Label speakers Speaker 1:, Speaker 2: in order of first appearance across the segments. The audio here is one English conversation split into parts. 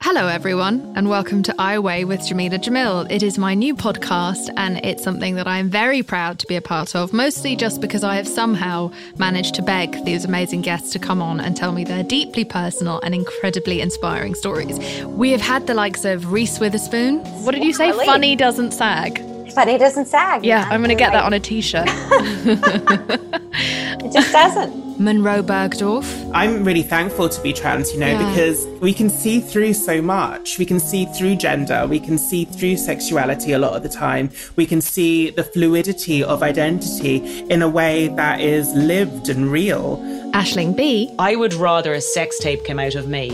Speaker 1: Hello, everyone, and welcome to I Way with Jamila Jamil. It is my new podcast, and it's something that I am very proud to be a part of, mostly just because I have somehow managed to beg these amazing guests to come on and tell me their deeply personal and incredibly inspiring stories. We have had the likes of Reese Witherspoon. What did you say?
Speaker 2: Really?
Speaker 1: Funny doesn't sag.
Speaker 2: But it doesn't sag.
Speaker 1: Yeah, I'm going to get that on a t shirt.
Speaker 2: It just doesn't.
Speaker 1: Monroe Bergdorf.
Speaker 3: I'm really thankful to be trans, you know,
Speaker 1: Yeah.
Speaker 3: because we can see through so much. We can see through gender. We can see through sexuality a lot of the time. We can see the fluidity of identity in a way that is lived and real.
Speaker 1: Ashling B.
Speaker 4: I would rather a sex tape came out of me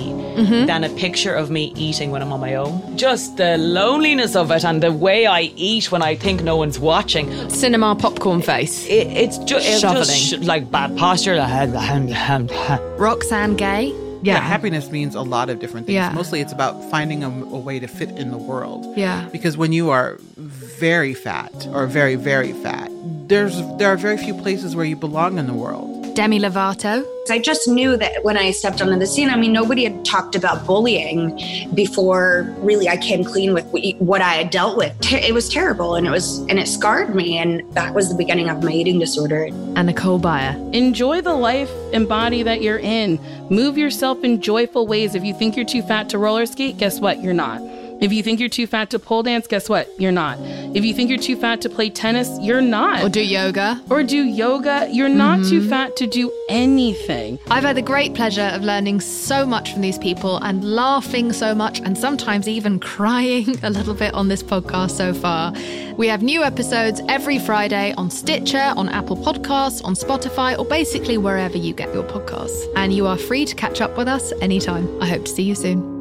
Speaker 4: than a picture of me eating when I'm on my own. Just the loneliness of it and the way I eat when I think no one's watching.
Speaker 1: Cinema popcorn face.
Speaker 4: It, it's ju- it's
Speaker 1: Shoveling.
Speaker 4: just sh- like bad posture.
Speaker 1: Roxanne Gay.
Speaker 5: Yeah. happiness means a lot of different things.
Speaker 1: Yeah.
Speaker 5: Mostly it's about finding a, a way to fit in the world.
Speaker 1: Yeah.
Speaker 5: Because when you are very fat or very, very fat, there's there are very few places where you belong in the world.
Speaker 1: Demi Lovato.
Speaker 6: I just knew that when I stepped onto the scene, I mean, nobody had talked about bullying before really I came clean with wh- what I had dealt with. Ter- It was terrible and it was, and it scarred me. And that was the beginning of my eating disorder.
Speaker 1: And Nicole Byer.
Speaker 7: Enjoy the life and body that you're in. Move yourself in joyful ways. If you think you're too fat to roller skate, guess what? You're not. If you think you're too fat to pole dance, guess what? You're not. If you think you're too fat to play tennis, you're not.
Speaker 1: Or do yoga.
Speaker 7: Or do yoga, you're not too fat to do anything.
Speaker 1: I've had the great pleasure of learning so much from these people and laughing so much and sometimes even crying a little bit on this podcast so far. We have new episodes every Friday on Stitcher, on Apple Podcasts, on Spotify, or basically wherever you get your podcasts. And you are free to catch up with us anytime. I hope to see you soon.